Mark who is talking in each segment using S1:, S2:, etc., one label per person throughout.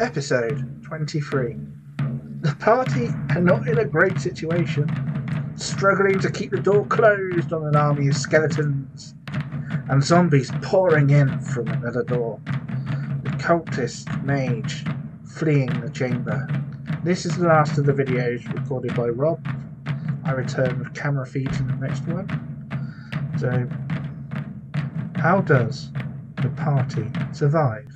S1: Episode 23. The party are not in a great situation, struggling to keep the door closed on an army of skeletons and zombies pouring in from another door. The cultist mage fleeing the chamber. This is the last of the videos recorded by Rob. I return with camera feed in the next one. So, how does the party survive?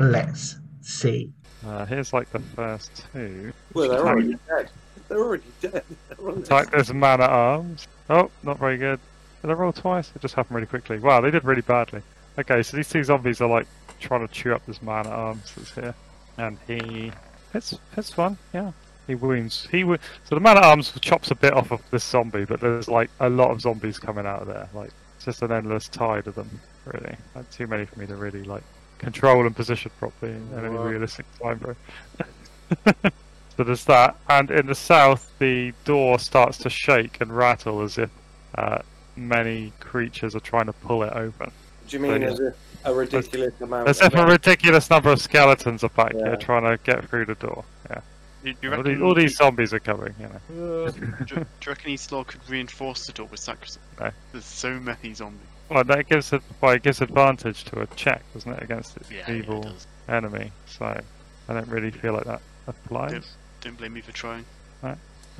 S1: Let's see.
S2: Uh, here's like the first two.
S3: Well, they're
S2: Type-
S3: already dead. They're already dead. They're on this-
S2: Type this man at arms. Oh, not very good. Did I roll twice? It just happened really quickly. Wow, they did really badly. Okay, so these two zombies are like trying to chew up this man at arms that's here, and he hits hits one. Yeah, he wounds. He wo- so the man at arms chops a bit off of this zombie, but there's like a lot of zombies coming out of there. Like it's just an endless tide of them. Really, like, too many for me to really like control and position properly in any
S3: Wow.
S2: realistic time, bro. So there's that, and in the south, the door starts to shake and rattle as if uh, many creatures are trying to pull it open.
S3: Do you mean
S2: yeah.
S3: as if a ridiculous
S4: Oh,
S3: amount?
S2: As if a ridiculous number of skeletons are back
S3: Yeah.
S2: here trying to get through the door. Yeah,
S4: Do do you
S2: all
S4: reckon?
S2: these, all these zombies are coming. You know,
S4: do, do you reckon East Law could reinforce the door with sacrifice?
S2: No.
S4: There's so many zombies.
S2: well that gives it, well, it gives advantage to a check, doesn't it, against its evil
S4: does.
S2: enemy? So I don't really feel like that applies.
S4: Don't blame me for trying.
S2: Yeah,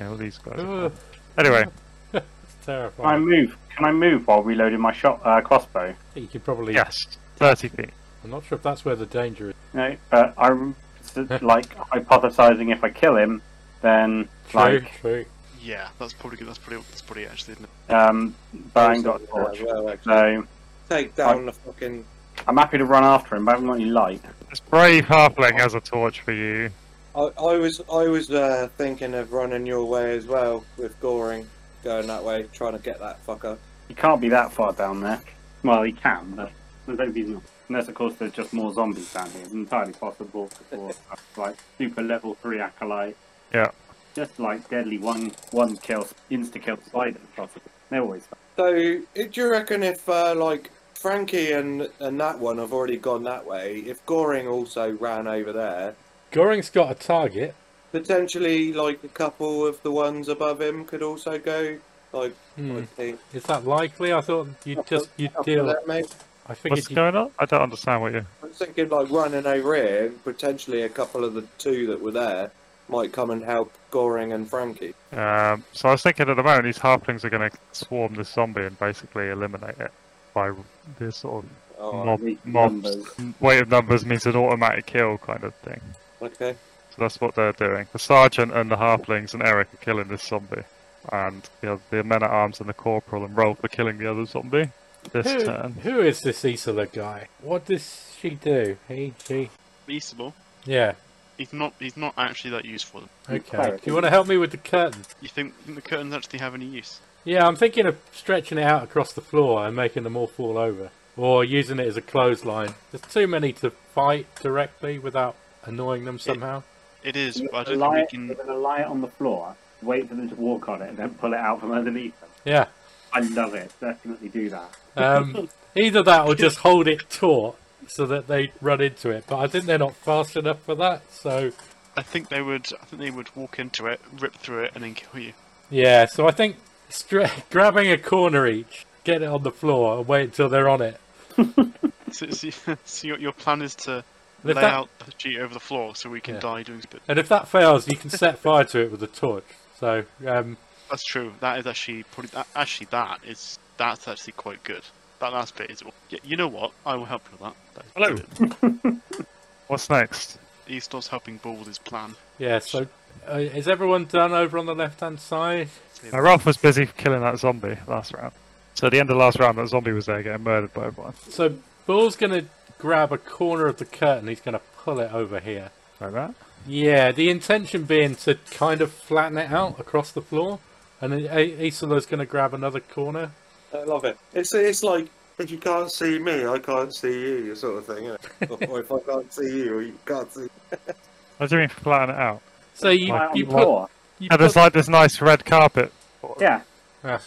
S2: all these guys. are-
S5: Ugh,
S2: Anyway,
S5: it's
S6: Can I
S5: terrifying.
S6: move? Can I move while reloading my shot uh, crossbow?
S5: You could probably.
S2: yes, thirty feet.
S5: I'm not sure if that's where the danger is.
S6: No, but I'm s- like hypothesizing if I kill him, then
S5: True,
S6: like
S5: true.
S4: Yeah, that's probably good. That's probably that's probably it, actually. Isn't it?
S6: um, but I ain't got a
S3: Yeah,
S6: torch,
S3: well, actually.
S6: so
S3: Take down the fucking.
S6: I'm happy to run after him. But I haven't got any light.
S2: This brave halfling has a torch for you.
S3: I, I was I was uh, thinking of running your way as well with Goring going that way, trying to get that fucker.
S6: He can't be that far down there. Well, he can, but I don't think he's not. Unless, of course, there's just more zombies down here. It's entirely possible for uh, like super level three acolyte.
S2: Yeah.
S6: Just like deadly one one kill insta kill spider possible. They're always fun.
S3: So, do you reckon if uh, like Frankie and and that one have already gone that way, if Goring also ran over there,
S5: Goring's got a target.
S3: potentially like a couple of the ones above him could also go like.
S5: Hmm.
S3: like the-
S5: Is that likely? I thought you'd just you'd
S3: up to
S5: deal.
S3: that, mate.
S5: I
S2: What's
S5: figured you
S2: going on? I don't understand what you.
S3: I was thinking like running over here, potentially a couple of the two that were there might come and help Goring and Frankie.
S2: Um, so I was thinking at the moment these halflings are going to swarm this zombie and basically eliminate it by this sort of
S3: Oh,
S2: mob,
S6: weak
S2: mob
S6: numbers.
S2: weight of numbers means an automatic kill kind of thing.
S3: okay.
S2: So that's what they're doing. The sergeant and the halflings and Eric are killing this zombie, and the oth- the men at arms and the corporal and Rolf are killing the other zombie this
S5: who,
S2: turn.
S5: who is this Isola guy? What does she do? He, she.
S4: East Law,
S5: Yeah.
S4: he's not he's not actually that useful.
S5: Okay. Do
S6: clarity.
S5: you want to help me with the curtain?
S4: You think, you think the curtains actually have any use?
S5: Yeah, I'm thinking of stretching it out across the floor and making them all fall over, or using it as a clothesline. There's too many to fight directly without annoying them somehow.
S4: It is,
S6: You're
S4: but I
S6: gonna
S4: don't
S6: lie,
S4: think we
S6: you're
S4: can.
S6: gonna lie it on the floor, wait for them to walk on it, and then pull it out from underneath them.
S5: Yeah.
S6: I love it. Definitely do that.
S5: Um, either that or just hold it taut so that they run into it. But I think they're not fast enough for that. So
S4: I think they would. I think they would walk into it, rip through it, and then kill you.
S5: yeah, so I think stra- grabbing a corner each, get it on the floor, and wait until they're on it.
S4: So, so, so your, your plan is to
S5: And if
S4: lay
S5: that-
S4: out the sheet over the floor so we can
S5: Yeah.
S4: die doing. But
S5: And if that fails, you can set fire to it with a torch. So um,
S4: That's true. That is actually probably that, actually that is that's actually quite good. That last bit is. y- You know what? I will help you with that. that is
S2: Hello.
S4: brilliant.
S2: What's next?
S4: Eastor's helping Bull with his plan.
S5: yeah, so uh, is everyone done over on the left hand side?
S2: Now, Rolf was busy killing that zombie last round. So at the end of last round, that zombie was there getting murdered by everyone.
S5: So Bull's gonna grab a corner of the curtain. He's gonna pull it over here.
S2: Like that.
S5: Yeah, the intention being to kind of flatten it out across the floor, and then I- Isola's going to grab another corner.
S3: I love it. It's it's like if you can't see me, I can't see you, sort of thing. Isn't it? or if I can't see you, you can't see.
S2: What do you mean flatten it out?
S5: So you
S6: Lie it on
S5: you
S6: the
S5: put,
S6: floor.
S5: you
S2: And there's
S5: put
S2: like this nice red carpet.
S6: Yeah.
S5: Ah,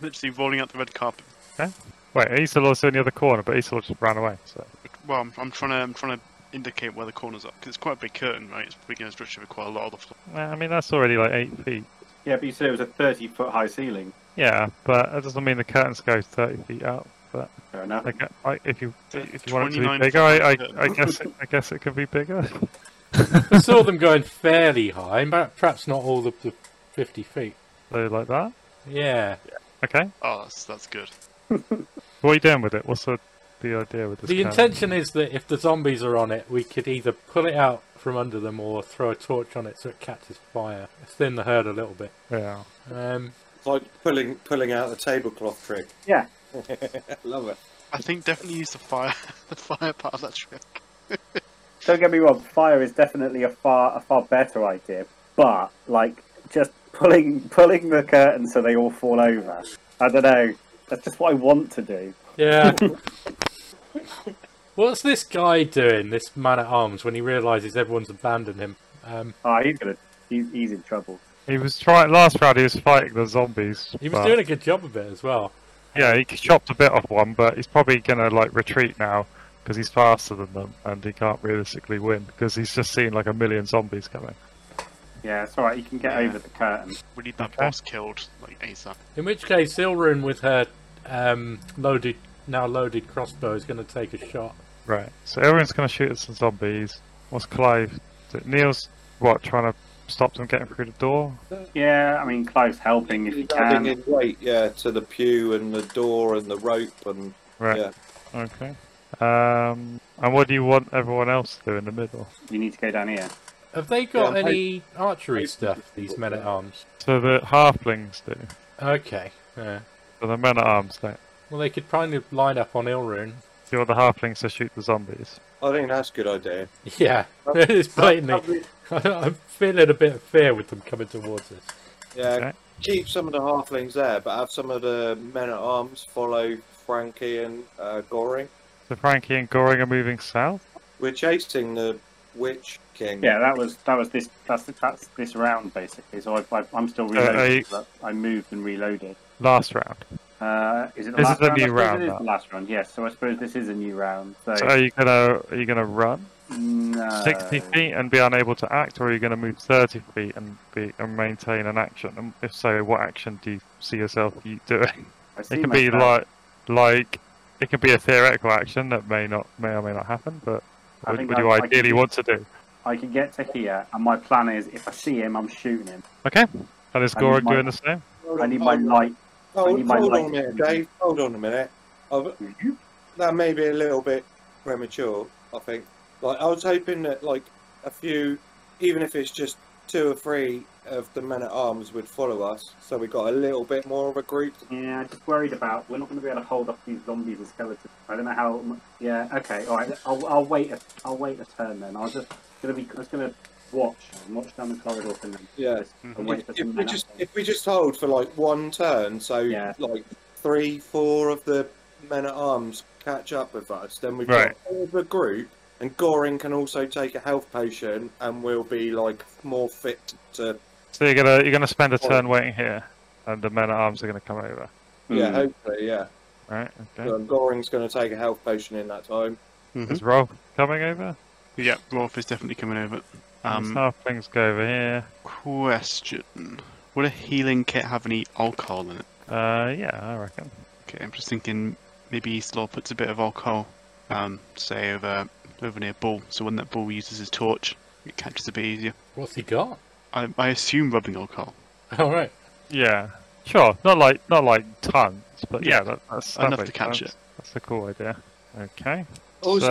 S4: Literally rolling out the red carpet.
S2: Wait, Isilor's in the other corner, but Isilor just ran away. So
S4: Which- Well, I'm, I'm trying to I'm trying to indicate where the corners are because it's quite a big curtain, right? It's probably going to stretch over quite a lot of the floor.
S2: Nah, I mean, that's already like eight feet.
S6: Yeah, but you said it was a 30 foot high ceiling.
S2: Yeah, but that doesn't mean the curtains go 30 feet up. But
S6: Fair enough.
S2: like, I, if you if you want it to
S4: 29
S2: be bigger, I, I,
S4: foot
S2: I guess it, I guess it could be bigger.
S5: I saw them going fairly high, but perhaps not all the, the 50 feet.
S2: so like that.
S5: Yeah.
S2: Okay.
S4: Oh, that's that's good.
S2: What are you doing with it? What's the the idea with this?
S5: The
S2: curtain?
S5: intention is that if the zombies are on it, we could either pull it out from under them or throw a torch on it so it catches fire. Thin the herd a little bit.
S2: Yeah.
S5: Um,
S3: It's like pulling pulling out a tablecloth trick.
S6: Yeah.
S3: Love it.
S4: I think definitely use the fire the fire part of that trick.
S6: Don't get me wrong, fire is definitely a far a far better idea, but like just pulling pulling the curtain so they all fall over. I don't know. That's just what I want to do.
S5: yeah. What's this guy doing, this man at arms, when he realises everyone's abandoned him? Um,
S6: Ah, he's gonna he's, he's in trouble.
S2: He was trying last round. He was fighting the zombies.
S5: he was
S2: but-
S5: doing a good job of it as well.
S2: Yeah, he chopped a bit off one, but he's probably gonna like retreat now because he's faster than them and he can't realistically win because he's just seen like a million zombies coming.
S6: Yeah, it's alright, you can get over the curtain.
S4: We need that
S2: Okay.
S4: boss killed like ASAP.
S5: In which case, Ilrun with her um, loaded, now loaded crossbow is going to take a shot.
S2: Right. So everyone's gonna shoot at some zombies. What's Clive? do- Neil's what trying to stop them getting through the door?
S6: Yeah, I mean Clive's helping if he
S3: He's adding
S6: can.
S3: in weight, yeah, to the pew and the door and the rope and
S2: Right. Okay. Um. And what do you want everyone else to do in the middle?
S6: You need to go down here.
S5: Have they got
S3: Yeah, I-
S5: any archery stuff, these men at arms?
S2: So the halflings do.
S5: Okay. Yeah.
S2: So the men at arms don't.
S5: Well, they could kind of line up on Ilrun.
S2: Do you want the halflings to shoot the zombies?
S3: I think that's a good idea.
S5: Yeah, it's blatantly.
S3: Probably-
S5: I'm feeling a bit of fear with them coming towards us.
S3: Yeah,
S2: Okay.
S3: keep some of the halflings there, but have some of the men at arms follow Frankie and uh, Goring.
S2: So Frankie and Goring are moving south.
S3: We're chasing the witch king.
S6: Yeah, that was that was this that's that's this round basically. So I, I, I'm still
S2: Uh,
S6: reloading. but I moved and reloaded.
S2: Last round.
S6: Uh, is it the
S2: This
S6: last
S2: is a
S6: round? I
S2: new
S6: suppose
S2: round,
S6: It is
S2: that.
S6: the last round. Yes. So I suppose this is a new round. So,
S2: So are you gonna are you gonna run?
S6: no.
S2: 60 feet and be unable to act, or are you going to move 30 feet and be and maintain an action? And if so, what action do you see yourself you doing?
S6: I see
S2: It can be
S6: myself.
S2: like like it can be a theoretical action that may not may or may not happen, but
S6: I
S2: what
S6: think
S2: would you
S6: I- I can
S2: ideally
S6: do-
S2: want to do?
S6: I can get to here, and my plan is if I see him, I'm shooting him.
S2: Okay, and is
S6: I need
S2: Gorak
S6: my-
S2: doing the same?
S3: Hold
S6: I
S3: on,
S6: need my
S3: hold on.
S6: light. I
S3: Hold,
S6: need my
S3: hold
S6: light.
S3: on a minute, Dave. Hold on a minute. I've, that may be a little bit premature. I think. Like I was hoping that like a few, even if it's just two or three of the men at arms would follow us, so we got a little bit more of a group.
S6: Yeah, I'm just worried about we're not going to be able to hold off these zombies and skeletons. I don't know how. mu- Yeah, okay, all right. I'll, I'll wait. A, I'll wait a turn then. I was just gonna be. I was gonna watch and watch down the corridor and then
S3: Yeah.
S6: and wait
S3: If,
S6: for
S3: if
S6: some
S3: we
S6: men
S3: just
S6: up.
S3: if we just hold for like one turn, so
S6: Yeah.
S3: like three, four of the men at arms catch up with us, then we've
S2: Right.
S3: got all the group. And Goring can also take a health potion, and we'll be like more fit to
S2: So you're gonna you're gonna spend a turn waiting here, and the men at arms are gonna come over.
S3: Yeah, hopefully, yeah.
S2: Right? Hmm. Okay.
S3: So Goring's going to take a health potion in that time.
S4: hmm?
S2: Is Rolf coming over?
S4: Yeah, Rolf is definitely coming over.
S2: Um,
S4: Um,
S2: halflings go over here.
S4: question: Would a healing kit have any alcohol in it?
S2: Uh, yeah, I reckon.
S4: Okay, I'm just thinking maybe Eastlaw puts a bit of alcohol, um, say over over near Bull, so when that Bull uses his torch, it catches a bit easier.
S5: What's he got?
S4: I, I assume rubbing alcohol.
S5: All right.
S2: Yeah, sure. Not like not like tons, but yeah,
S4: Yeah,
S2: that, that's
S4: enough
S2: that
S4: to
S2: makes
S4: catch
S2: sense.
S4: it.
S2: That's a cool idea. Okay.
S3: Also,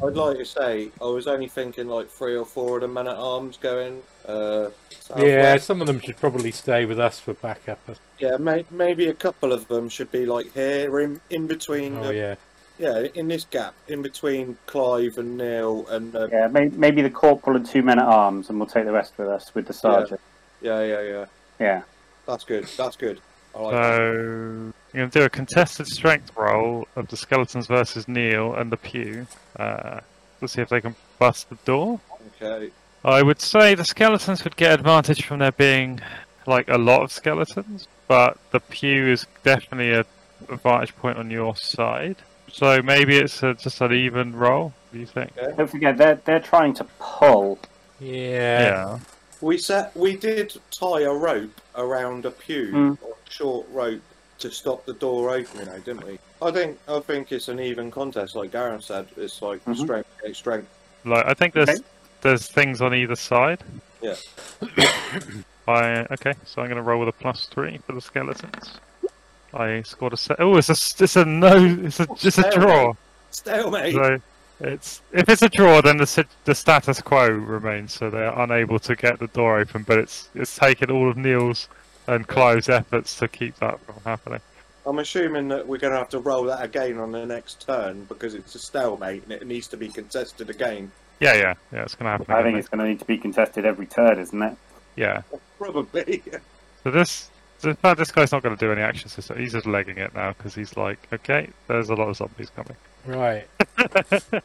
S2: so,
S3: I'd like to say I was only thinking like three or four of the men at arms going. Uh,
S5: Yeah,
S3: southwest.
S5: some of them should probably stay with us for backup. Oh,
S3: yeah. May- maybe a couple of them should be like here, in, in between.
S5: Oh
S3: the,
S5: yeah.
S3: yeah. in this gap, in between Clive and Neil, and uh, yeah.
S6: Yeah, may, maybe the corporal and two men at arms, and we'll take the rest with us with the sergeant.
S3: yeah, yeah,
S6: Yeah,
S3: That's good. That's good. I like that.
S2: so you're gonna do a contested strength roll of the skeletons versus Neil and the pew. Uh, let's see if they can bust the door.
S3: Okay.
S2: I would say the skeletons would get advantage from there being like a lot of skeletons, but the pew is definitely a advantage point on your side. So maybe it's a, just an even roll. Do you think?
S6: Don't forget, they're they're trying to pull.
S5: Yeah.
S3: We set. We did tie a rope around a pew,
S6: Mm.
S3: or short rope, to stop the door opening. Though, didn't we? I think. I think it's an even contest, like Darren said. It's like
S6: Mhm.
S3: strength against strength.
S2: Like I think there's
S6: Okay.
S2: there's things on either side.
S3: Yeah.
S2: I okay, so I'm gonna roll with a plus three for the skeletons. I scored a se Oh, it's a it's a no. It's a it's a draw.
S3: Stalemate.
S2: So it's if it's a draw, then the sit- the status quo remains. So they're unable to get the door open, but it's it's taken all of Neil's and Clive's efforts to keep that from happening.
S3: I'm assuming that we're going to have to roll that again on the next turn because it's a stalemate and it needs to be contested again.
S2: Yeah, yeah, yeah. It's gonna happen.
S6: I
S2: again.
S6: think it's going to need to be contested every turn, isn't it?
S2: yeah.
S3: Probably.
S2: So this, so now this guy's not going to do any action system. He's just legging it now because he's like, okay, there's a lot of zombies coming.
S5: Right.
S2: And,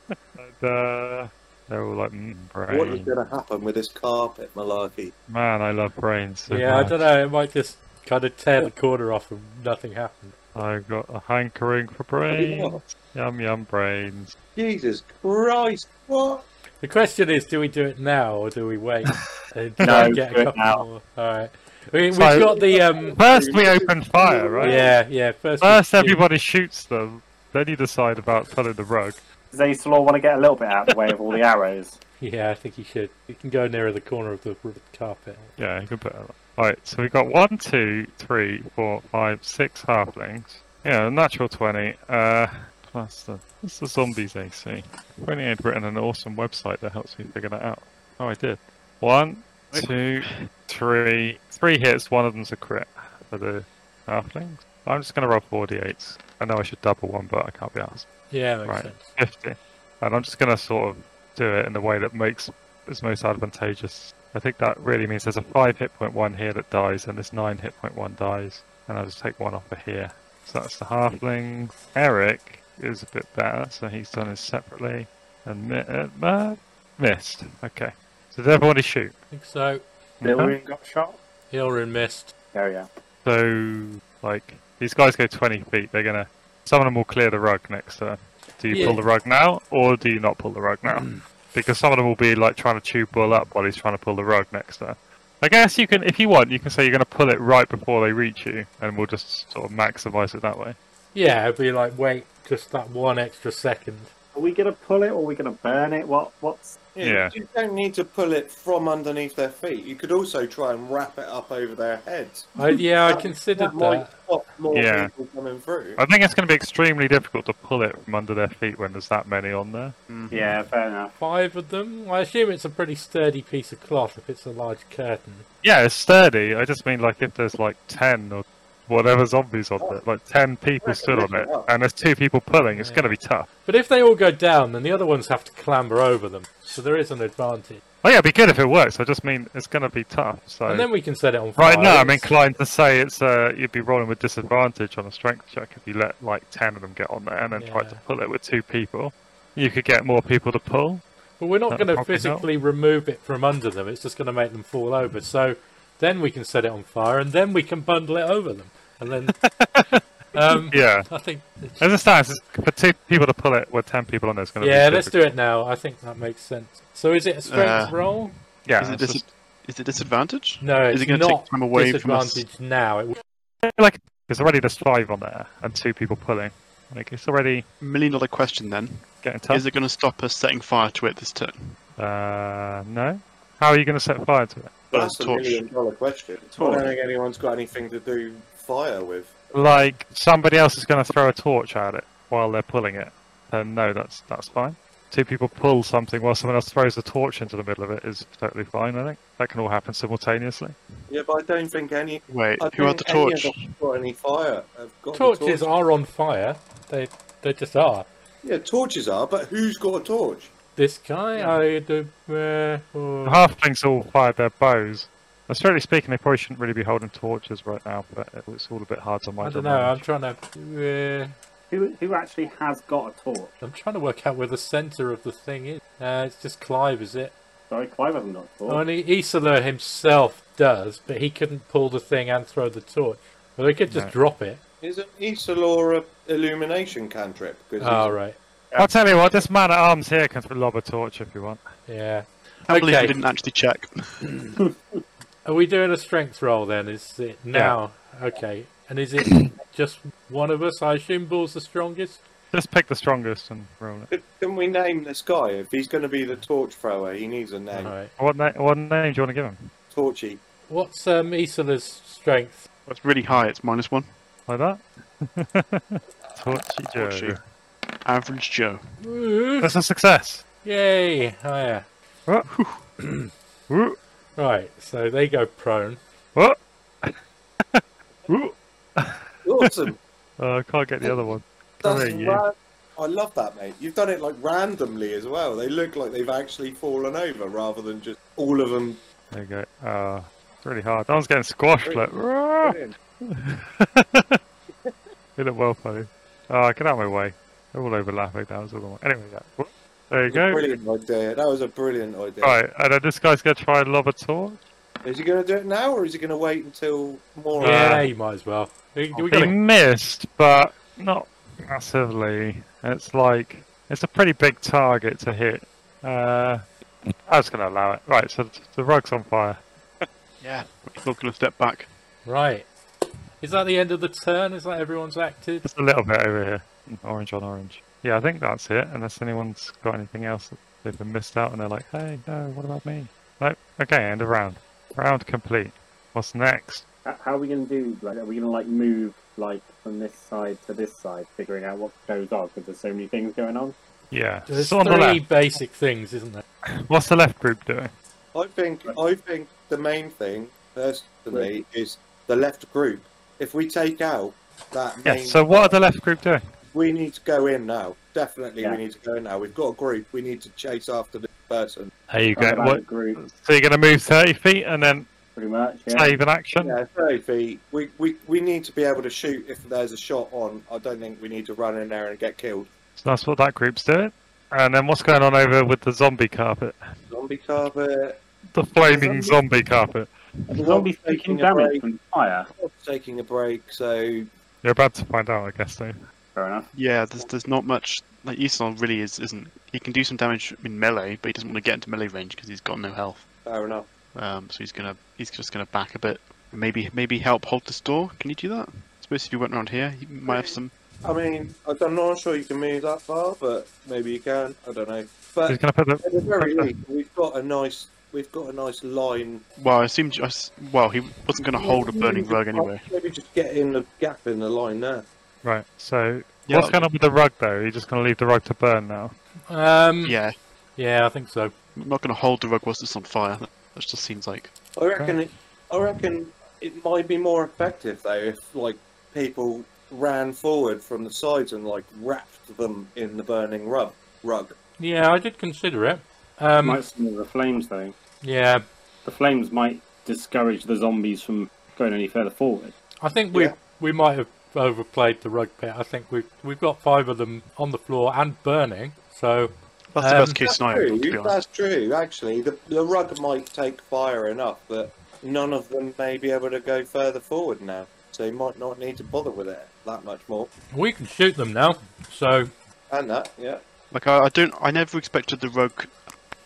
S2: uh, they're all like, mm,
S3: What is
S2: brain.
S3: going to happen with this carpet malarkey?
S2: Man, I love brains. So
S5: yeah, I
S2: much.
S5: don't know. It might just kind of tear the corner off and nothing happened.
S2: I've got a hankering for
S3: you
S2: brains. Yum yum brains.
S3: Jesus Christ! What?
S5: The question is, do we do it now or do we wait and
S6: No,
S5: try and get
S6: do
S5: a
S6: it
S5: couple
S6: now.
S5: more? All right. We, we've
S2: So-
S5: got the um.
S2: First we open fire, right?
S5: Yeah, yeah. First, we-
S2: First everybody shoots them. Then you decide about pulling the rug.
S6: Does Aesolor want to get a little bit out of the way of all the arrows?
S5: Yeah, I think you should. You can go nearer the corner of the r- carpet.
S2: Yeah, you can put it. All right, so we've got one, two, three, four, five, six halflings. Yeah, a natural twenty. Uh, plus the what's the zombies AC? Twenty had written an awesome website that helps me figure that out. Oh, I did. One, two, three, three hits. One of them's a crit for the halflings. I'm just gonna roll four d8s. I know I should double one, but I can't be asked.
S5: Yeah, makes
S2: Right.
S5: sense.
S2: 50. And I'm just going to sort of do it in the way that makes is most advantageous. I think that really means there's a 5 hit point 1 here that dies, and this 9 hit point 1 dies, and I'll just take one off of here. So that's the halfling. Eric is a bit better, so he's done his separately. And mi- uh, uh, missed. Okay. So did everybody shoot?
S5: I think so.
S3: Mm-hmm.
S2: Okay.
S6: Billion got shot.
S5: Ilrin missed.
S6: There we go.
S2: So, like, these guys go 20 feet. They're going to. Some of them will clear the rug next turn. Do you
S5: Yeah.
S2: pull the rug now, or do you not pull the rug now? because some of them will be, like, trying to chew Bull up while he's trying to pull the rug next turn. I guess you can, if you want, you can say you're going to pull it right before they reach you, and we'll just sort of maximize it that way.
S5: Yeah, it'd be like wait just that one extra second.
S6: Are we going to pull it or are we going to burn it? What? What's?
S2: Yeah.
S3: You don't need to pull it from underneath their feet. You could also try and wrap it up over their heads.
S5: I, yeah, I
S3: That-
S5: considered
S3: That might
S5: that.
S3: stop more
S2: Yeah.
S3: people coming through.
S2: I think it's going to be extremely difficult to pull it from under their feet when there's that many on there.
S6: Yeah, fair enough.
S5: Five of them. I assume it's a pretty sturdy piece of cloth if it's a large curtain.
S2: Yeah, it's sturdy. I just mean like if there's like ten or whatever zombies on it, like ten people stood on it, and there's two people pulling, it's
S5: Yeah.
S2: going to be tough.
S5: But if they all go down, then the other ones have to clamber over them. So there is an advantage.
S2: Oh yeah, it'd be good if it works. I just mean it's going to be tough. So
S5: And then we can set it on fire.
S2: right now, I'm
S5: It's-
S2: inclined to say it's uh, you'd be rolling with disadvantage on a strength check if you let like ten of them get on there and then try
S5: Yeah.
S2: to pull it with two people. You could get more people to pull.
S5: But we're not
S4: uh,
S2: That'll
S5: going to
S2: probably help.
S5: physically remove it from under them. It's just going to make them fall over. So then we can set it on fire, and then we can bundle it over them. And then, um,
S2: Yeah,
S5: I think, it's-
S2: as it stands, it's- for two people to pull it with ten people on there is going to
S5: yeah,
S2: be
S5: let's do
S2: difficult.
S5: it now. I think that makes sense. So is it a strength
S4: Uh,
S5: roll?
S2: Yeah,
S4: Is it,
S2: it's
S4: dis-
S2: just-
S4: is it disadvantage?
S5: No,
S4: is
S5: it's
S4: it gonna
S5: not
S4: take time away from us?
S5: disadvantage now. It,
S2: like there's already there's five on there and two people pulling. Like it's already
S4: Million dollar question then.
S2: getting tough.
S4: Is it going to stop us setting fire to it this turn?
S2: Uh, no. How are you going to set fire to it?
S3: That's a
S4: torch.
S3: million dollar question. I
S4: Torch.
S3: don't think anyone's got anything to do fire with.
S2: Like somebody else is going to throw a torch at it while they're pulling it. Then no, that's that's fine. Two people pull something while someone else throws a torch into the middle of it is totally fine. I think that can all happen simultaneously.
S3: Yeah, but I don't think any.
S4: Wait,
S3: I
S4: who had
S3: think
S4: the
S3: any
S4: torch?
S3: of us Got any fire? Have got the
S5: torches
S3: torch.
S5: are on fire. They they just are.
S3: Yeah, torches are, but who's got a torch?
S5: This guy, I do. Uh, oh.
S2: The halflings all fired their bows. Australia speaking, they probably shouldn't really be holding torches right now, but it's all a bit hard to
S5: I
S2: mind.
S5: don't know. I'm trying to. Uh,
S6: Who who actually has got a torch?
S5: I'm trying to work out where the centre of the thing is. Uh, it's just Clive, is it?
S6: Sorry, Clive hasn't got a torch.
S5: Only Isola himself does, but he couldn't pull the thing and throw the torch. Well, they could just
S2: No.
S5: drop it.
S3: Isn't Isolora illumination cantrip? Because
S5: Oh, right.
S2: I'll tell you what, this man at arms here can lob a torch if you want.
S5: Yeah.
S4: I believe
S5: Okay.
S4: we didn't actually check.
S5: Are we doing a strength roll then? Is it now? Okay. And is it just one of us? I assume Bull's the strongest.
S2: Just pick the strongest and roll it.
S3: Can, can we name this guy? If he's going to be the torch thrower, he needs a name.
S5: All right.
S2: What, na- what name do you want to give him?
S3: Torchy.
S5: What's um, Isola's strength?
S4: It's really high. It's minus one.
S2: Like that? Torchy Joe.
S4: Torchy. Average Joe.
S5: Ooh,
S2: That's a success.
S5: Yay! Higher.
S2: Uh, Woo,
S5: Right. So they go prone.
S2: woo, woo.
S3: Awesome.
S2: Uh, I can't get the other one. Come
S3: That's
S2: here, you.
S3: ra- I love that, mate. You've done it like randomly as well. They look like they've actually fallen over rather than just all of them.
S2: There you go. Uh, it's really hard. That one's getting squashed. Like, rah.
S3: in.
S2: They look well funny. Uh, get out of my way. They're all overlapping. That was all the one. Anyway, yeah. Whoop. There you go.
S3: Brilliant idea. That was a brilliant idea.
S2: Right, and then this guy's going to try and lob a torch.
S3: Is he going to do it now or is he going to wait until more?
S2: Uh,
S5: yeah, you might as well. We, we
S2: He
S5: gotta,
S2: missed, but not massively. It's like it's a pretty big target to hit. Uh, I was going to allow it. Right, so th- the rug's on fire.
S4: Yeah. We're not going to step back.
S5: right. Is that the end of the turn? Is that everyone's acted?
S2: Just a little bit over here. Orange on orange. Yeah, I think that's it. Unless anyone's got anything else that they've been missed out, and they're like, "Hey, no, what about me?" Nope. Okay, end of round. Round complete. What's next?
S6: H- How are we going to do? Like, are we going to like move like from this side to this side, figuring out what goes on? Because there's so many things going on.
S2: Yeah.
S5: There's
S2: so on the
S5: three
S2: left.
S5: basic things, isn't there?
S2: What's the left group doing?
S3: I think I think the main thing personally is the left group. If we take out that
S2: Yeah.
S3: main,
S2: So what are the left group doing?
S3: we need to go in now. Definitely,
S6: Yeah.
S3: we need to go in now. We've got a group. We need to chase after this person.
S2: There you
S6: Round
S2: go.
S6: about
S2: What,
S6: the group,
S2: so you're going to move 30 feet and then
S6: pretty much. Yeah.
S2: save an action.
S3: Yeah, thirty feet. We, we we need to be able to shoot if there's a shot on. I don't think we need to run in there and get killed.
S2: So that's what that group's doing. And then what's going on over with the zombie carpet?
S3: Zombie carpet.
S2: The flaming
S3: Zombie-
S2: zombie carpet.
S6: The zombie's
S3: Taking
S6: taking
S3: a
S6: damage
S3: break.
S6: from fire.
S3: Taking a break. So
S2: You're about to find out, I guess, though.
S6: Fair enough.
S4: Yeah. There's there's not much. Like Isol really is isn't. He can do some damage in melee, but he doesn't want to get into melee range because he's got no health.
S3: fair enough.
S4: Um, so he's gonna he's just gonna back a bit. Maybe maybe help hold the store. Can you do that? Suppose if you went around here, you might have some.
S3: I mean, I'm not sure you can move that far, but maybe you can. I don't know. But
S2: He's going to put the.
S3: At the very least, we've got a nice, we've got a nice line.
S4: Well, I assumed. I s- well, he wasn't gonna hold a burning rug anyway.
S3: Maybe just get in the gap in the line there.
S2: Right, so.
S4: Yeah,
S2: what's
S4: that-
S2: going on with the rug, though? You're just going to leave the rug to burn now.
S5: Um,
S4: Yeah,
S5: yeah, I think so.
S4: I'm not gonna hold the rug whilst it's on fire. That, that just seems like
S3: I reckon. It, I reckon it might be more effective though if like people ran forward from the sides and like wrapped them in the burning rug. Rug.
S5: Yeah, I did consider it. Um,
S6: might smother the flames though.
S5: yeah,
S6: The flames might discourage the zombies from going any further forward.
S5: I think we
S3: Yeah.
S5: we might have overplayed the rug pit. I think we've we've got five of them on the floor and burning. So
S4: that's
S5: Um,
S4: the best case scenario.
S3: true.
S4: To be honest,
S3: That's true. Actually, the the rug might take fire enough that none of them may be able to go further forward now. So you might not need to bother with it that much more.
S5: we can shoot them now. So
S3: And that, yeah.
S4: like I, I don't, I never expected the rug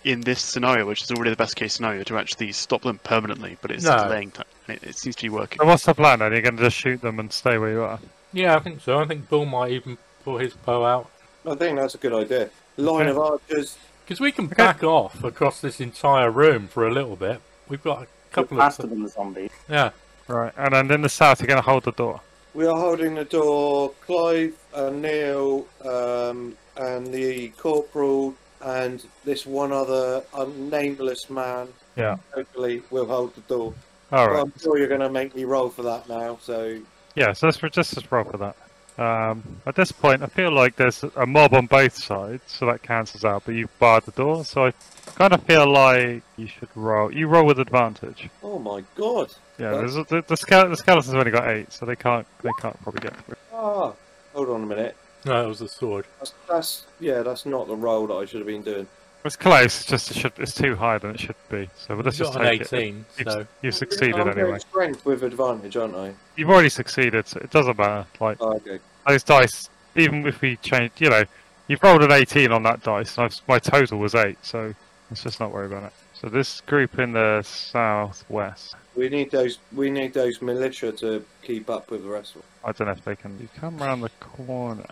S4: in this scenario, which is already the best case scenario, to actually stop them permanently. But it's
S5: No.
S4: delaying time, and it, it seems to be working.
S2: So what's the plan then? You're going to just shoot them and stay where you are?
S5: yeah, I think so. I think Bull might even pull his bow out
S3: I think that's a good idea. Line of archers.
S5: because we can back off across this entire room for a little bit. We've got a couple
S6: We're
S5: of
S6: faster than the zombies.
S5: yeah.
S2: Right, and then in the south, you're going to hold the door.
S3: We are holding the door. Clive and Neil um, and the corporal and this one other um, nameless man.
S2: Yeah.
S3: Hopefully, will hold the door.
S2: All
S3: But
S2: right.
S3: I'm sure you're going to make me roll for that now. So
S2: Yeah, so let's just as well for that. Um, at this point, I feel like there's a mob on both sides, so that cancels out. But you've barred the door, so I kind of feel like you should roll. You roll with advantage.
S3: Oh my god.
S2: Yeah,
S3: Right.
S2: there's, the, the, skele- the skeletons only got eight, so they can't they can't probably get through.
S3: Ah, hold on a minute.
S5: No, it was the sword.
S3: That's, that's yeah, that's not the roll that I should have been doing.
S2: It's close. It's just it should, it's too high than it should be. So but let's
S5: You've
S2: just
S5: got an
S2: take it.
S5: 18,
S2: You've,
S5: so
S2: you've succeeded
S3: I'm doing
S2: anyway.
S3: Strength with advantage, aren't I?
S2: You've already succeeded, so it doesn't matter. Like
S3: Oh, okay.
S2: those dice, even if we change, you know, you've rolled an 18 on that dice, and I've, my total was eight. So let's just not worry about it. So this group in the southwest,
S3: We need those. We need those militia to keep up with the rest of them.
S2: I don't know if they can. You come round the corner,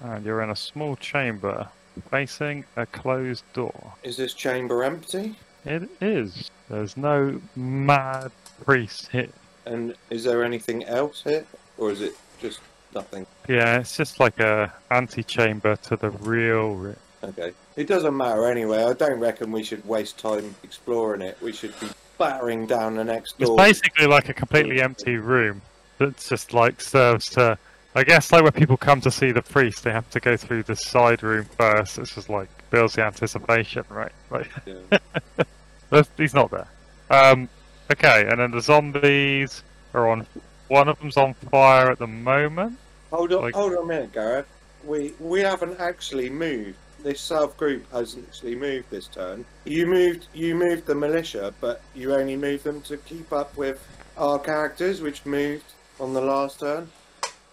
S2: and you're in a small chamber facing a closed door.
S3: Is this chamber empty?
S2: It is. There's no mad priest here.
S3: And is there anything else here, or is it just nothing?
S2: Yeah, it's just like a antechamber to the real. Re-
S3: Okay. It doesn't matter anyway. I don't reckon we should waste time exploring it. We should be battering down the next
S2: It's
S3: door.
S2: basically like a completely empty room that's just like serves to. I guess like when people come to see the priest, they have to go through the side room first. It's just like builds the anticipation, right? Like
S3: Yeah.
S2: That's- he's not there. Um, okay, and then the zombies are on. One of them's on fire at the moment.
S3: Hold on,
S2: Like-
S3: hold on a minute, Gareth. We we haven't actually moved. This sub group hasn't actually moved this turn. You moved you moved the militia, but you only moved them to keep up with our characters, which moved on the last turn.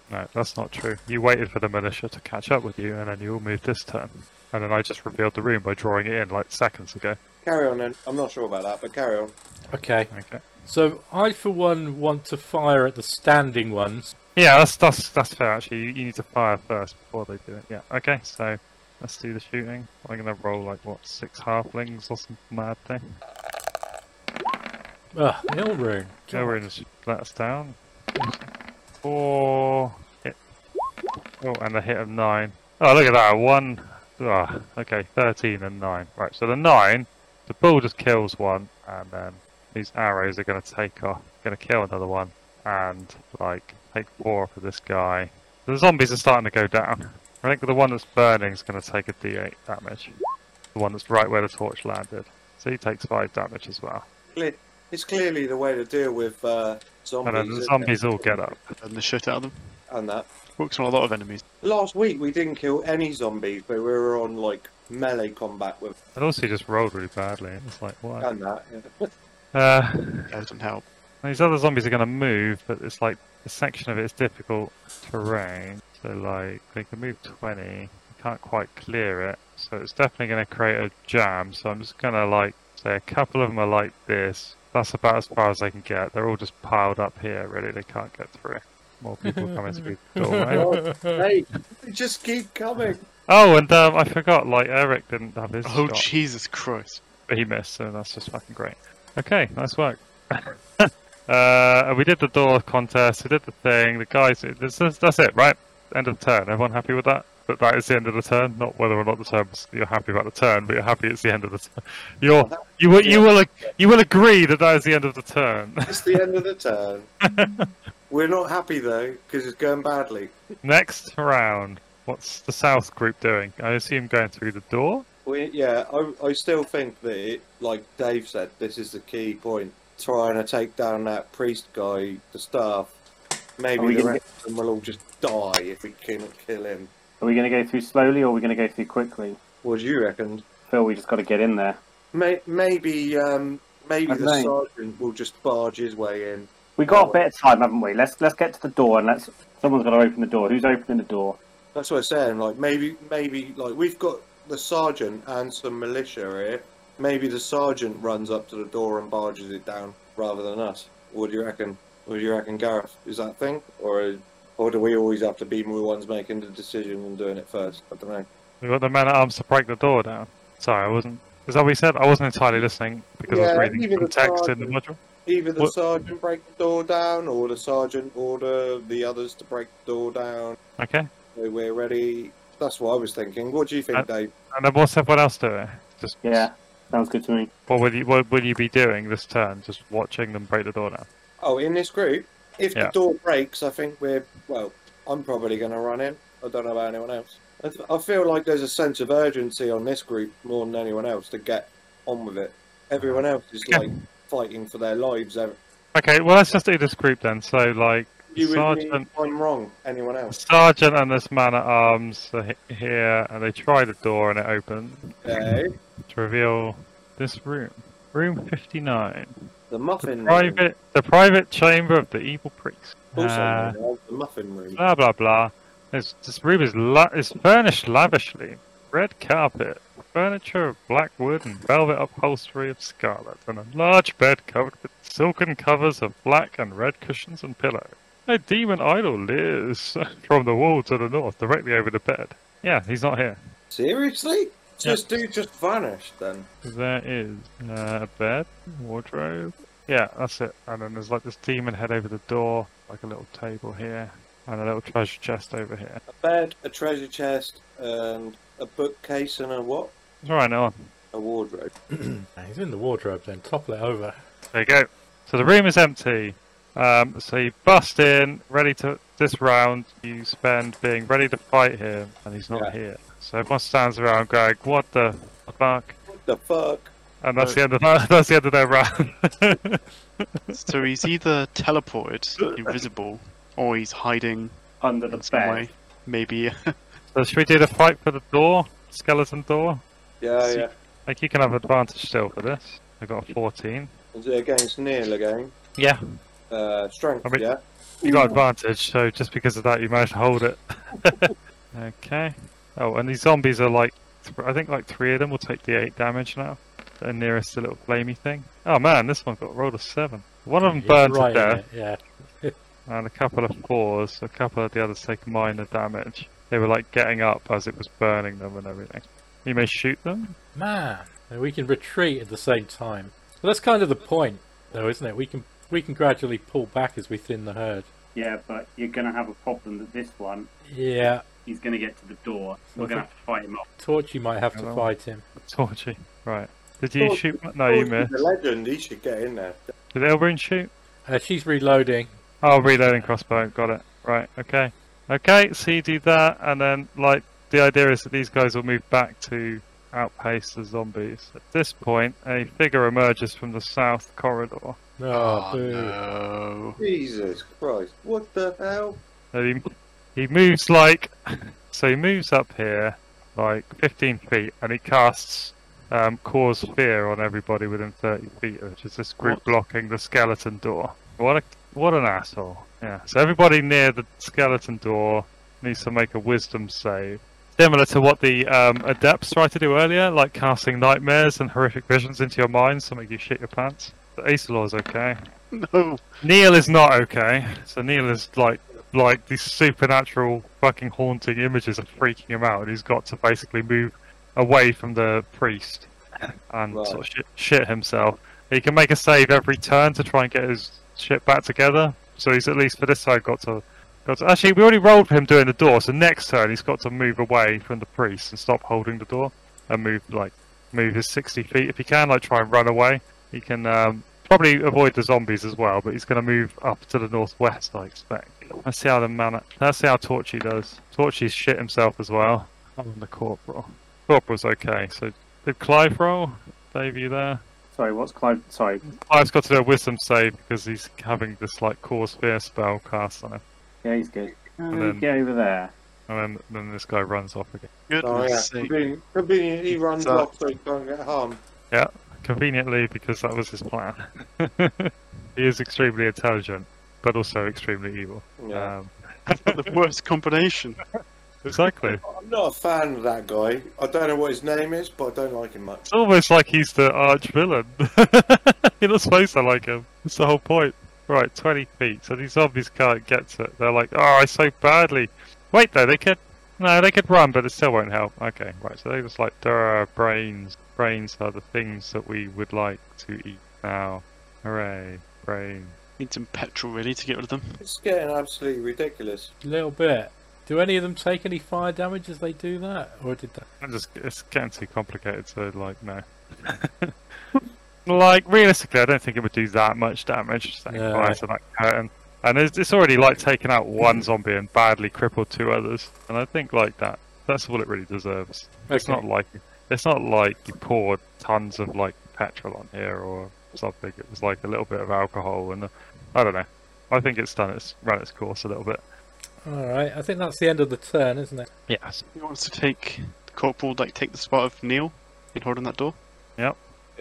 S2: No, that's not true. You waited for the militia to catch up with you, and then you all moved this turn. And then I just revealed the room by drawing it in like seconds ago.
S3: Carry on, then. I'm not sure about that, but carry on.
S5: Okay.
S2: Okay.
S5: So I, for one, want to fire at the standing ones.
S2: Yeah, that's that's that's fair. Actually, you, you need to fire first before they do it. Yeah. Okay. So let's do the shooting. I'm gonna roll like what six halflings or some mad thing.
S5: Ugh, ill rune.
S2: Yeah, we're gonna let us down. Four hit. Oh, and a hit of nine. Oh, look at that. One. ah, okay, 13 and nine. Right, so the nine, the bull just kills one, and then these arrows are going to take off. Going to kill another one, and like take four off of this guy. The zombies are starting to go down. I think the one that's burning is going to take a d8 damage. The one that's right where the torch landed. So he takes five damage as well.
S3: Cle- It's clearly the way to deal with uh, zombies.
S2: And then the
S3: isn't
S2: zombies
S3: it?
S2: all get up.
S4: and the shit out of them.
S3: and that.
S4: Works on a lot of enemies.
S3: Last week we didn't kill any zombies, but we were on like melee combat with
S2: And also, he just rolled really badly. It's like, what?
S3: and that. yeah.
S2: Uh,
S4: That doesn't help.
S2: these other zombies are going to move, but it's like a section of it is difficult terrain. So, like, they can move 20. You can't quite clear it. So, it's definitely going to create a jam. So, I'm just going to, like, say a couple of them are like this. That's about as far as they can get. They're all just piled up here, really. They can't get through. More people coming through the doorway.
S3: hey, they just keep coming.
S2: Oh, and um, I forgot, like, Eric didn't have his
S4: Oh
S2: shot.
S4: Jesus Christ!
S2: But he missed, so that's just fucking great. Okay, nice work. uh, and we did the door contest, we did the thing, the guys, this is, that's it, right? End of the turn. Everyone happy with that? But that is the end of the turn, not whether or not the turn was- you're happy about the turn, but you're happy it's the end of the turn. You're, you will, you will, ag- you will agree that that is the end of the turn.
S3: It's the end of the turn. We're not happy though because it's going badly.
S2: Next round. What's the South group doing? I assume going through the door.
S3: We, yeah, I, I still think that, it, like Dave said, this is the key point. Trying to take down that priest guy, the staff.
S6: Are
S3: Maybe
S6: we
S3: the
S6: gonna-
S3: rest of them will all just die if we can kill him.
S6: Are we going to go through slowly or are we going to go through quickly?
S3: What do you reckon?
S6: Phil, we just got to get in there.
S3: May, maybe, um, maybe
S6: I
S3: the
S6: dunno.
S3: sergeant will just barge his way in.
S6: We got a bit of time, haven't we? Let's let's get to the door and let's. Someone's got to open the door. Who's opening the door?
S3: That's what I'm saying. Like maybe, maybe like we've got the sergeant and some militia here. Maybe the sergeant runs up to the door and barges it down rather than us. What do you reckon? What do you reckon, Gareth? Is that thing, or uh, or do we always have to be the ones making the decision and doing it first? I don't know.
S2: We got the men at arms to break the door down. Sorry, I wasn't. Is that what you said? I wasn't entirely listening because I
S3: Yeah,
S2: was reading
S3: even
S2: some
S3: the
S2: text in the module.
S3: sergeant. Either the
S2: What-
S3: sergeant break the door down, or the sergeant order the others to break the door down.
S2: Okay.
S3: So we're ready. That's what I was thinking. What do you think,
S2: Uh,
S3: Dave?
S2: And then what's everyone else doing? Just
S6: Yeah, sounds good to me.
S2: What will you What will you be doing this turn? Just watching them break the door down.
S3: Oh, in this group, if
S2: Yeah.
S3: the door breaks, I think we're well. I'm probably going to run in. I don't know about anyone else. I, th- I feel like there's a sense of urgency on this group more than anyone else to get on with it. Everyone else is
S2: Okay.
S3: like fighting for their lives. ev-
S2: Okay. Well, let's just do this group then. So like
S3: you with me
S2: Sergeant.
S3: if I'm wrong. Anyone
S2: The
S3: else?
S2: sergeant and this man at arms are he- here, and they try the door and it opens
S3: Okay.
S2: to reveal this room. Room 59.
S3: The
S2: The
S3: muffin room.
S2: private, the private chamber of the evil priest.
S3: Also
S2: Uh,
S3: known as the muffin room.
S2: blah blah blah. This, this room is la- is furnished lavishly. Red carpet, furniture of black wood and velvet upholstery of scarlet, and a large bed covered with silken covers of black and red cushions and pillow. A demon idol leers from the wall to the north, directly over the bed. Yeah, he's not here.
S3: Seriously? So This dude just vanished then.
S2: There is uh, a bed, wardrobe. Yeah, that's it. And then there's like this demon head over the door, like a little table here, and a little treasure chest over here.
S3: A bed, a treasure chest, and a bookcase and a what?
S2: It's alright, no
S3: A wardrobe.
S5: Nah, He's in the wardrobe then, topple it over.
S2: There you go. So the room is empty. Um, so you bust in, ready to this round. You spend being ready to fight him, and he's not
S3: Yeah.
S2: here. So everyone stands around, going, "What the fuck?"
S3: What the fuck?
S2: And that's the end of that. That's the end of their round.
S4: So he's either teleported, invisible, or he's hiding
S6: under the
S4: in some
S6: bed.
S4: way. Maybe
S2: so should we do the fight for the door, skeleton door?
S3: Yeah,
S4: See-
S3: yeah.
S2: Like you can have advantage still for this. I got a 14.
S3: Is it against Neil again?
S2: Yeah,
S3: Uh, strength,
S2: I mean-
S3: yeah?
S2: you got advantage. So just because of that, you managed to hold it. okay. Oh, and these zombies are like, th- I think like three of them will take the eight damage now. They're nearest the little flamey thing. Oh man, this one got rolled a seven. One of them
S5: He's
S2: burned
S5: right
S2: to
S5: in
S2: death,
S5: it, Yeah.
S2: and a couple of fours. A couple of the others take minor damage. They were like getting up as it was burning them and everything. You may shoot them.
S5: Man, and we can retreat at the same time. Well, that's kind of the point, though, isn't it? We can we can gradually pull back as we thin the herd.
S6: Yeah, but you're going to have a problem that this one,
S5: Yeah,
S6: he's going to get to the door. We're
S2: Okay.
S6: going to have to fight him off.
S5: Torchy might have to
S2: Hello.
S5: fight him.
S2: Torchy. Right. Did you
S3: Torchy-
S2: shoot? No, you
S3: Oh, he's
S2: missed.
S3: a legend, he should get in there.
S2: Did Elbrun shoot?
S5: Uh, she's reloading.
S2: Oh, reloading crossbow. Got it. Right. Okay. Okay. So you do that, and then like the idea is that these guys will move back to outpace the zombies. At this point, a figure emerges from the south corridor.
S5: No,
S4: Oh,
S5: boo.
S4: no.
S3: Jesus Christ. What the hell?
S2: And he, he moves like so. He moves up here like 15 feet, and he casts um, cause fear on everybody within 30 feet, which is this group
S4: What?
S2: blocking the skeleton door. What a what an asshole! Yeah. So everybody near the skeleton door needs to make a wisdom save. Similar to what the um, adepts tried to do earlier, like casting nightmares and horrific visions into your minds to make you shit your pants. The Aesolor's okay.
S4: No.
S2: Neil is not okay. So Neil is like like these supernatural fucking haunting images are freaking him out, and he's got to basically move away from the priest and
S3: Right.
S2: sort of shit, shit himself. He can make a save every turn to try and get his shit back together. So he's at least for this side got to got to, actually we already rolled for him doing the door. So next turn he's got to move away from the priest and stop holding the door and move like move his 60 feet if he can, like try and run away. He can um, probably avoid the zombies as well, but he's going to move up to the northwest, I expect. Let's see how the man. Let's see how Torchy does. Torchy's shit himself as well. I'm the corporal. Corporal's okay. So did Clive roll? Dave, you there?
S6: Sorry, what's Clive? Sorry.
S2: Clive's got to do a wisdom save because he's having this like cause fear spell cast on him,
S6: Yeah, he's good. Uh,
S2: then-
S6: Get over there.
S2: and then then this guy runs off again.
S3: Oh, yeah.
S4: Goodness sake.
S3: Convenient, convenient, he runs
S4: So-
S3: off so he can't get harmed.
S2: Conveniently, because that was his plan. he is extremely intelligent, but also extremely evil.
S3: Yeah.
S2: Um,
S4: the worst combination.
S2: exactly.
S3: I'm not a fan of that guy. I don't know what his name is, but I don't like him much.
S2: It's almost like he's the arch villain. You're not supposed to like him. That's the whole point. Right, 20 feet. So these zombies can't get to it. They're like, oh, I so badly. Wait, though, they could. No, they could run, but it still won't help. Okay, right. So they just like, duh, brains. Brains are the things that we would like to eat now. Hooray, brain.
S4: Need some petrol really to get rid of them.
S3: It's getting absolutely ridiculous.
S5: A little bit. Do any of them take any fire damage as they do that, or did that?
S2: I'm just, it's getting too complicated, so like, no. like, realistically, I don't think it would do that much damage, setting
S5: No.
S2: fire to that curtain. And it's, it's already like taken out one zombie and badly crippled two others. And I think like that, that's all it really deserves. It's
S5: Okay.
S2: not like, it's not like you poured tons of like petrol on here or something. It was like a little bit of alcohol and uh, I don't know. I think it's done its run its course a little bit.
S5: All right, I think that's the end of the turn, isn't it?
S2: Yes.
S4: He wants to take the corporal, like take the spot of Neil in holding that door.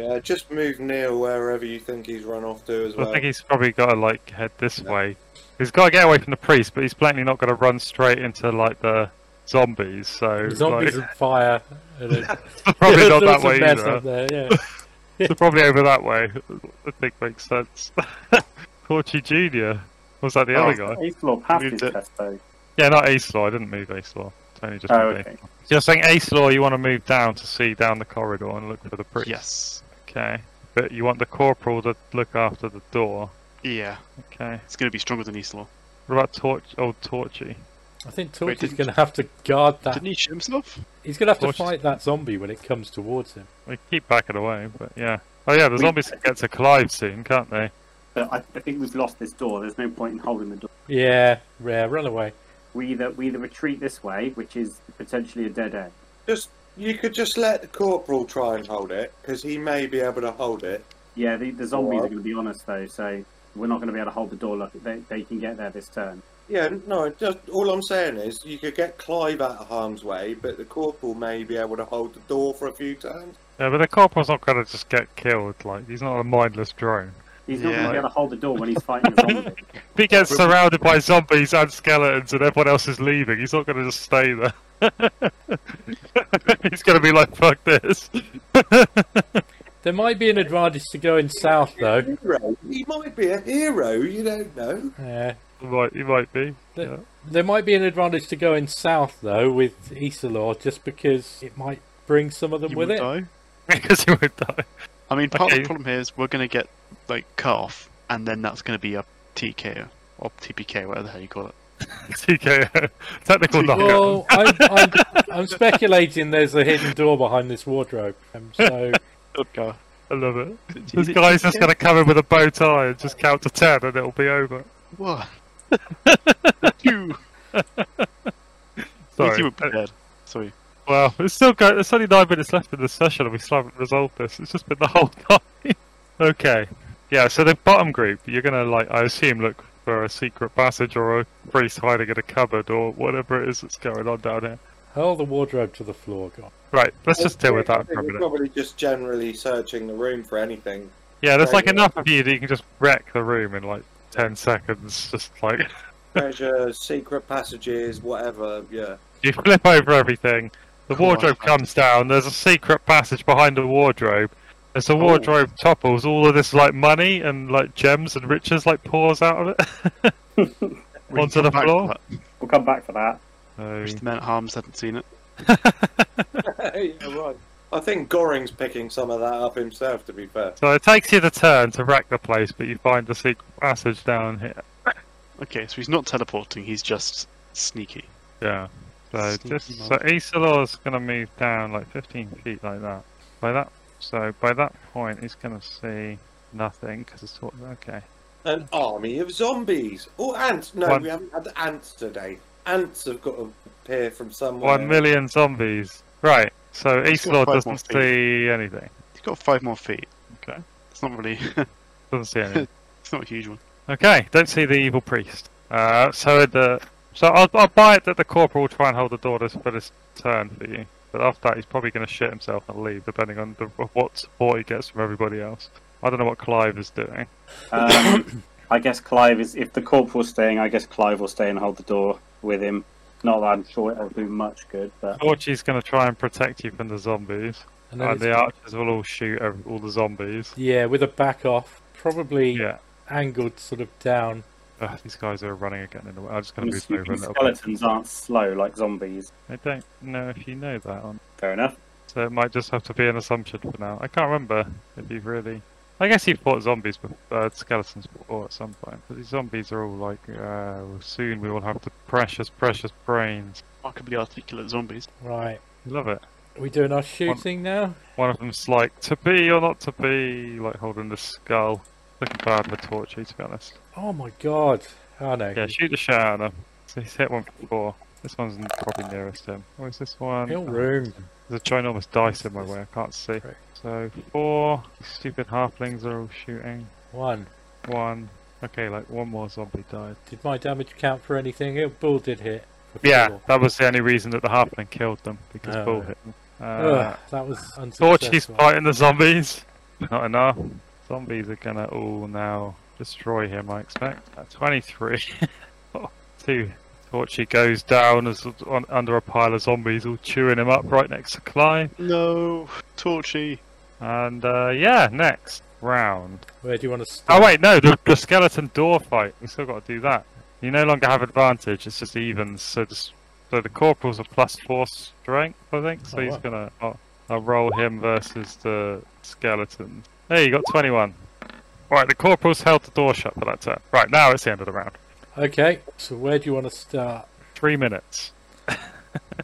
S3: Yeah, just move Neil wherever you think he's run off to as well.
S2: I think he's probably got to like head this way. He's got to get away from the priest, but he's plainly not going to run straight into like the zombies. So
S5: Zombies
S2: like,
S5: and fire. And it-
S2: it's probably not
S5: there
S2: that
S5: was a
S2: way
S5: mess
S2: either.
S5: up there, yeah.
S2: So probably over that way. I think makes sense. Torchy Junior was that the
S4: Oh,
S2: other guy?
S6: Acelor passed
S4: Moved
S6: his
S4: it.
S6: test though.
S2: Yeah, not Ace Law. I didn't move Ace Law. Tony just
S6: Oh,
S2: moved
S6: okay.
S2: Ace Law. So you're saying Ace Law, you want to move down to see down the corridor and look for the priest.
S4: Yes.
S2: Okay. But you want the corporal to look after the door.
S4: Yeah.
S2: Okay.
S4: It's going to be stronger than Islaw.
S2: What about Torch? Old Torchy.
S5: I think
S4: Wait,
S5: Torchy's
S4: didn't-
S5: going to have to guard that.
S4: Didn't he shoot himself?
S5: He's going to have to
S2: Torchy's-
S5: fight that zombie when it comes towards him.
S2: We keep backing away, but yeah. Oh yeah, the
S6: We-
S2: zombies can get to Clive soon, can't they?
S6: But I, I think we've lost this door. There's no point in holding the door.
S5: Yeah, yeah, run away.
S6: We either we either retreat this way, which is potentially a dead end.
S3: Just you could just let the corporal try and hold it because he may be able to hold it.
S6: Yeah, the, the zombies
S3: Alright.
S6: are going to be on us though, so we're not going to be able to hold the door. Look, they they can get there this turn.
S3: Yeah, no. Just all I'm saying is you could get Clive out of harm's way, but the corporal may be able to hold the door for a few turns.
S2: Yeah, but the corporal's not gonna just get killed. Like he's not a mindless drone.
S6: He's not going
S4: Yeah.
S6: to be able to hold the door when he's fighting a zombie.
S2: If he gets
S4: Well-
S2: surrounded by zombies and skeletons and everyone else is leaving, he's not gonna just stay there. he's gonna be like, fuck this.
S5: There might be an advantage to going south, though.
S3: Hero. He might be a hero. You don't know.
S5: Yeah.
S2: he might, he might be. Yeah.
S5: There might be an advantage to going south, though, with Isilor, just because it might bring some of them
S4: You
S5: with
S4: will
S5: it.
S4: die.
S2: Because he won't die.
S4: I mean, part of
S2: Okay.
S4: the problem here is we're going to get like cut off, and then that's going to be a TKO or TPK, whatever the hell you call it.
S2: TKO. Technical knockout.
S5: Well, I'm, I'm, I'm speculating there's a hidden door behind this wardrobe. Um, so,
S2: I love it. This guy's just going to come in with a bow tie and just count to ten and it'll be over.
S4: What? Two.
S2: Sorry.
S4: You were prepared. Sorry.
S2: Well, it's still going. There's only nine minutes left in the session and we still haven't resolved this. It's just been the whole time. okay. Yeah, so the bottom group, you're going to, like, I assume, look for a secret passage or a priest hiding in a cupboard or whatever it is that's going on down here.
S5: hurl the wardrobe to the floor. God.
S2: Right, let's just deal with
S3: I
S2: that
S3: think
S2: for a
S3: we're
S2: minute.
S3: Probably just generally searching the room for anything.
S2: Yeah, there's like
S3: Right.
S2: enough of you that you can just wreck the room in like ten seconds. Just like
S3: Treasure, secret passages, whatever. Yeah.
S2: you flip over everything, the
S4: Cool, I
S2: wardrobe
S4: like
S2: comes down. There's a secret passage behind the wardrobe. As the wardrobe topples, all of this like money and like gems and riches like pours out of it.
S4: We can
S2: Onto
S4: come
S2: the
S4: back to
S2: floor?
S4: that.
S6: We'll come back for that.
S4: Wish the men at harms hadn't seen it.
S3: yeah, right. I think Goring's picking some of that up himself. To be fair.
S2: so it takes you the turn to wreck the place, but you find the secret passage down here.
S4: Okay, so he's not teleporting. He's just sneaky.
S2: Yeah. So
S4: Sneaky
S2: just so
S4: monkey.
S2: Isilor's gonna move down like 15 feet like that. By that, so by that point he's gonna see nothing because it's sort of- okay.
S3: An army of zombies. Oh, ants. No,
S2: One-
S3: we haven't had ants today. Ants have got to appear from somewhere.
S2: One million zombies. Right. So
S4: He's got
S2: Isilor
S4: five
S2: doesn't
S4: more feet.
S2: see anything.
S4: He's got five more feet.
S2: Okay.
S4: It's not really. it's
S2: Doesn't see anything.
S4: not a huge one.
S2: okay. Don't see the evil priest. Uh. So the so I'll, I'll buy it that the corporal will try and hold the door this for this turn for you. But after that, he's probably going to shit himself and leave, depending on the, what support he gets from everybody else. I don't know what Clive is doing.
S6: Um, I guess Clive is. If the corporal's staying, I guess Clive will stay and hold the door with him. Not that I'm sure it'll do much good, but
S2: Torchy's going to try and protect you from the zombies.
S5: And then
S2: And the
S5: it's-
S2: archers will all shoot ev- all the zombies.
S5: yeah, with a back off, probably
S2: Yeah.
S5: angled sort of down.
S2: Ugh, these guys are running again in the way. I'm just going
S6: I'm
S2: to move over a
S6: assuming
S2: little bit.
S6: skeletons aren't slow like zombies.
S2: I don't know if you know that or not.
S6: Fair enough.
S2: So it might just have to be an assumption for now. I can't remember if you've really. I guess you've fought zombies, before, uh, skeletons before at some point. But these zombies are all like, uh, soon we will have the precious, precious brains.
S4: Remarkably articulate zombies.
S5: Right.
S2: Love it.
S5: Are we doing our shooting now?
S2: One of them's like, to be or not to be, like holding the skull. Looking bad for Torchy, to be honest.
S5: Oh my god. Oh no.
S2: Yeah, shoot the shit out of him. So he's hit one before. This one's n- probably nearest him. Or is this one?
S5: Hill
S2: Oh,
S5: room.
S2: There's a ginormous dice in my way, I can't see.
S5: Right.
S2: So four stupid halflings are all shooting.
S5: One.
S2: One. Okay, like one more zombie died.
S5: Did my damage count for anything? It bull did hit. for
S2: Yeah,
S5: four.
S2: that was the only reason that the halfling killed them because
S5: Oh,
S2: bull
S5: right.
S2: hit them. Uh,
S5: Ugh, that was
S2: Torchy's
S5: unsuccessful.
S2: fighting the zombies. Not enough. Zombies are gonna all now destroy him, I expect. At 23. Oh, Two. Torchy goes down as on, under a pile of zombies, all chewing him up right next to Clive.
S4: No, Torchy.
S2: And uh, yeah, next round.
S5: Where do you want to start?
S2: Oh wait, no, the, the skeleton door fight. We still got to do that. You no longer have advantage. It's just evens. So just so the corporal's a plus four strength, I think. So
S5: Oh,
S2: he's
S5: wow.
S2: gonna. I'll, I'll roll him versus the skeleton. Hey, you got twenty-one. Right, the corporal's held the door shut for that turn. Right now, it's the end of the round.
S5: Okay, so where do you want to start?
S2: Three minutes.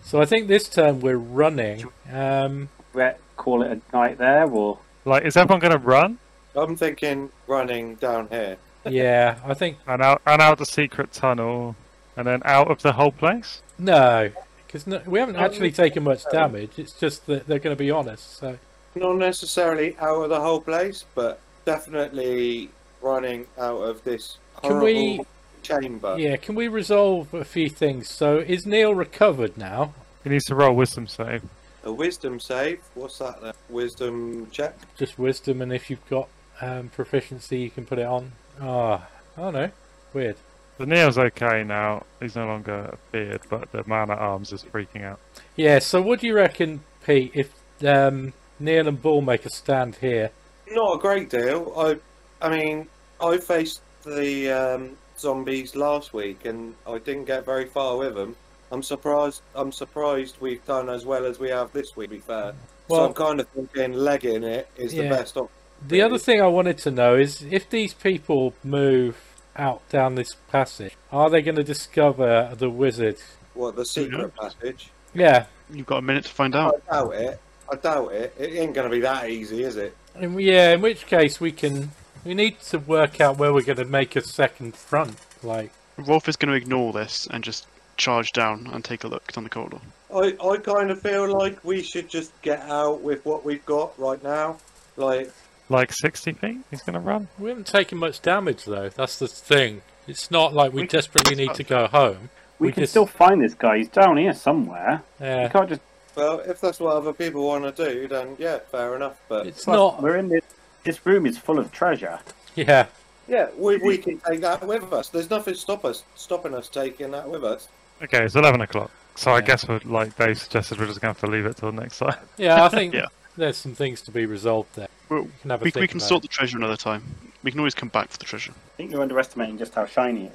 S5: So I think this turn we're running. Um,
S6: Brett, call it a night there, or
S2: Like, is everyone gonna run
S3: I'm thinking running down here.
S5: yeah, I think
S2: and out and out the secret tunnel, and then out of the whole place?
S5: no, because no, we haven't actually taken much damage. It's just that they're going to be honest. So
S3: Not necessarily out of the whole place, but definitely running out of this
S5: Can
S3: horrible
S5: we-
S3: chamber.
S5: yeah, can we resolve a few things? So is Neil recovered now?
S2: He needs to roll wisdom save.
S3: A wisdom save. What's that? Then? Wisdom check.
S5: Just wisdom, and if you've got um, proficiency, you can put it on. Ah, oh, no, weird.
S2: The Neil's okay now. He's no longer feared, but the man at arms is freaking out.
S5: Yeah. So what do you reckon, Pete? If um, Neil and Bull make a stand here,
S3: Not a great deal. I, I mean, I faced the um, zombies last week and I didn't get very far with them. I'm surprised. I'm surprised we've done as well as we have this week. To be fair. so
S5: Well-
S3: I'm kind of thinking legging it is the
S5: Yeah.
S3: best option.
S5: The other thing I wanted to know is if these people move out down this passage, are they going to discover the wizard?
S3: What the secret passage?
S5: Yeah,
S4: You've got a minute to find
S3: I
S4: out.
S3: doubt it. I doubt it. It ain't going to be that easy, is it?
S5: in, yeah. In which case, we can we need to work out where we're going to make a second front. Like,
S4: Rolf is going to ignore this and just charge down and take a look down the corridor.
S3: I, I kind of feel like we should just get out with what we've got right now. Like,
S2: Like 60 feet? He's going to run?
S5: we haven't taken much damage though. That's the thing. It's not like we desperately need to go home.
S6: we,
S5: We
S6: can
S5: just-
S6: still find this guy. He's down here somewhere. We
S5: Yeah,
S6: can't just.
S3: well, if that's what other people want to do, then yeah, fair enough. But
S5: it's
S6: plus,
S5: not.
S6: We're in this. This room is full of treasure.
S5: Yeah,
S3: yeah, we, we can take that with us. There's nothing stop us stopping us taking that with us.
S2: Okay, it's 11 o'clock. So I
S5: Yeah.
S2: guess, we're, like Dave suggested, we're just going to have to leave it till next time.
S5: yeah. I think
S4: Yeah.
S5: there's some things to be resolved there.
S4: Well,
S5: can have a
S4: we, we
S5: think
S4: can
S5: about
S4: sort the treasure another time. We can always come back for the treasure.
S6: I think you're underestimating just how shiny it is.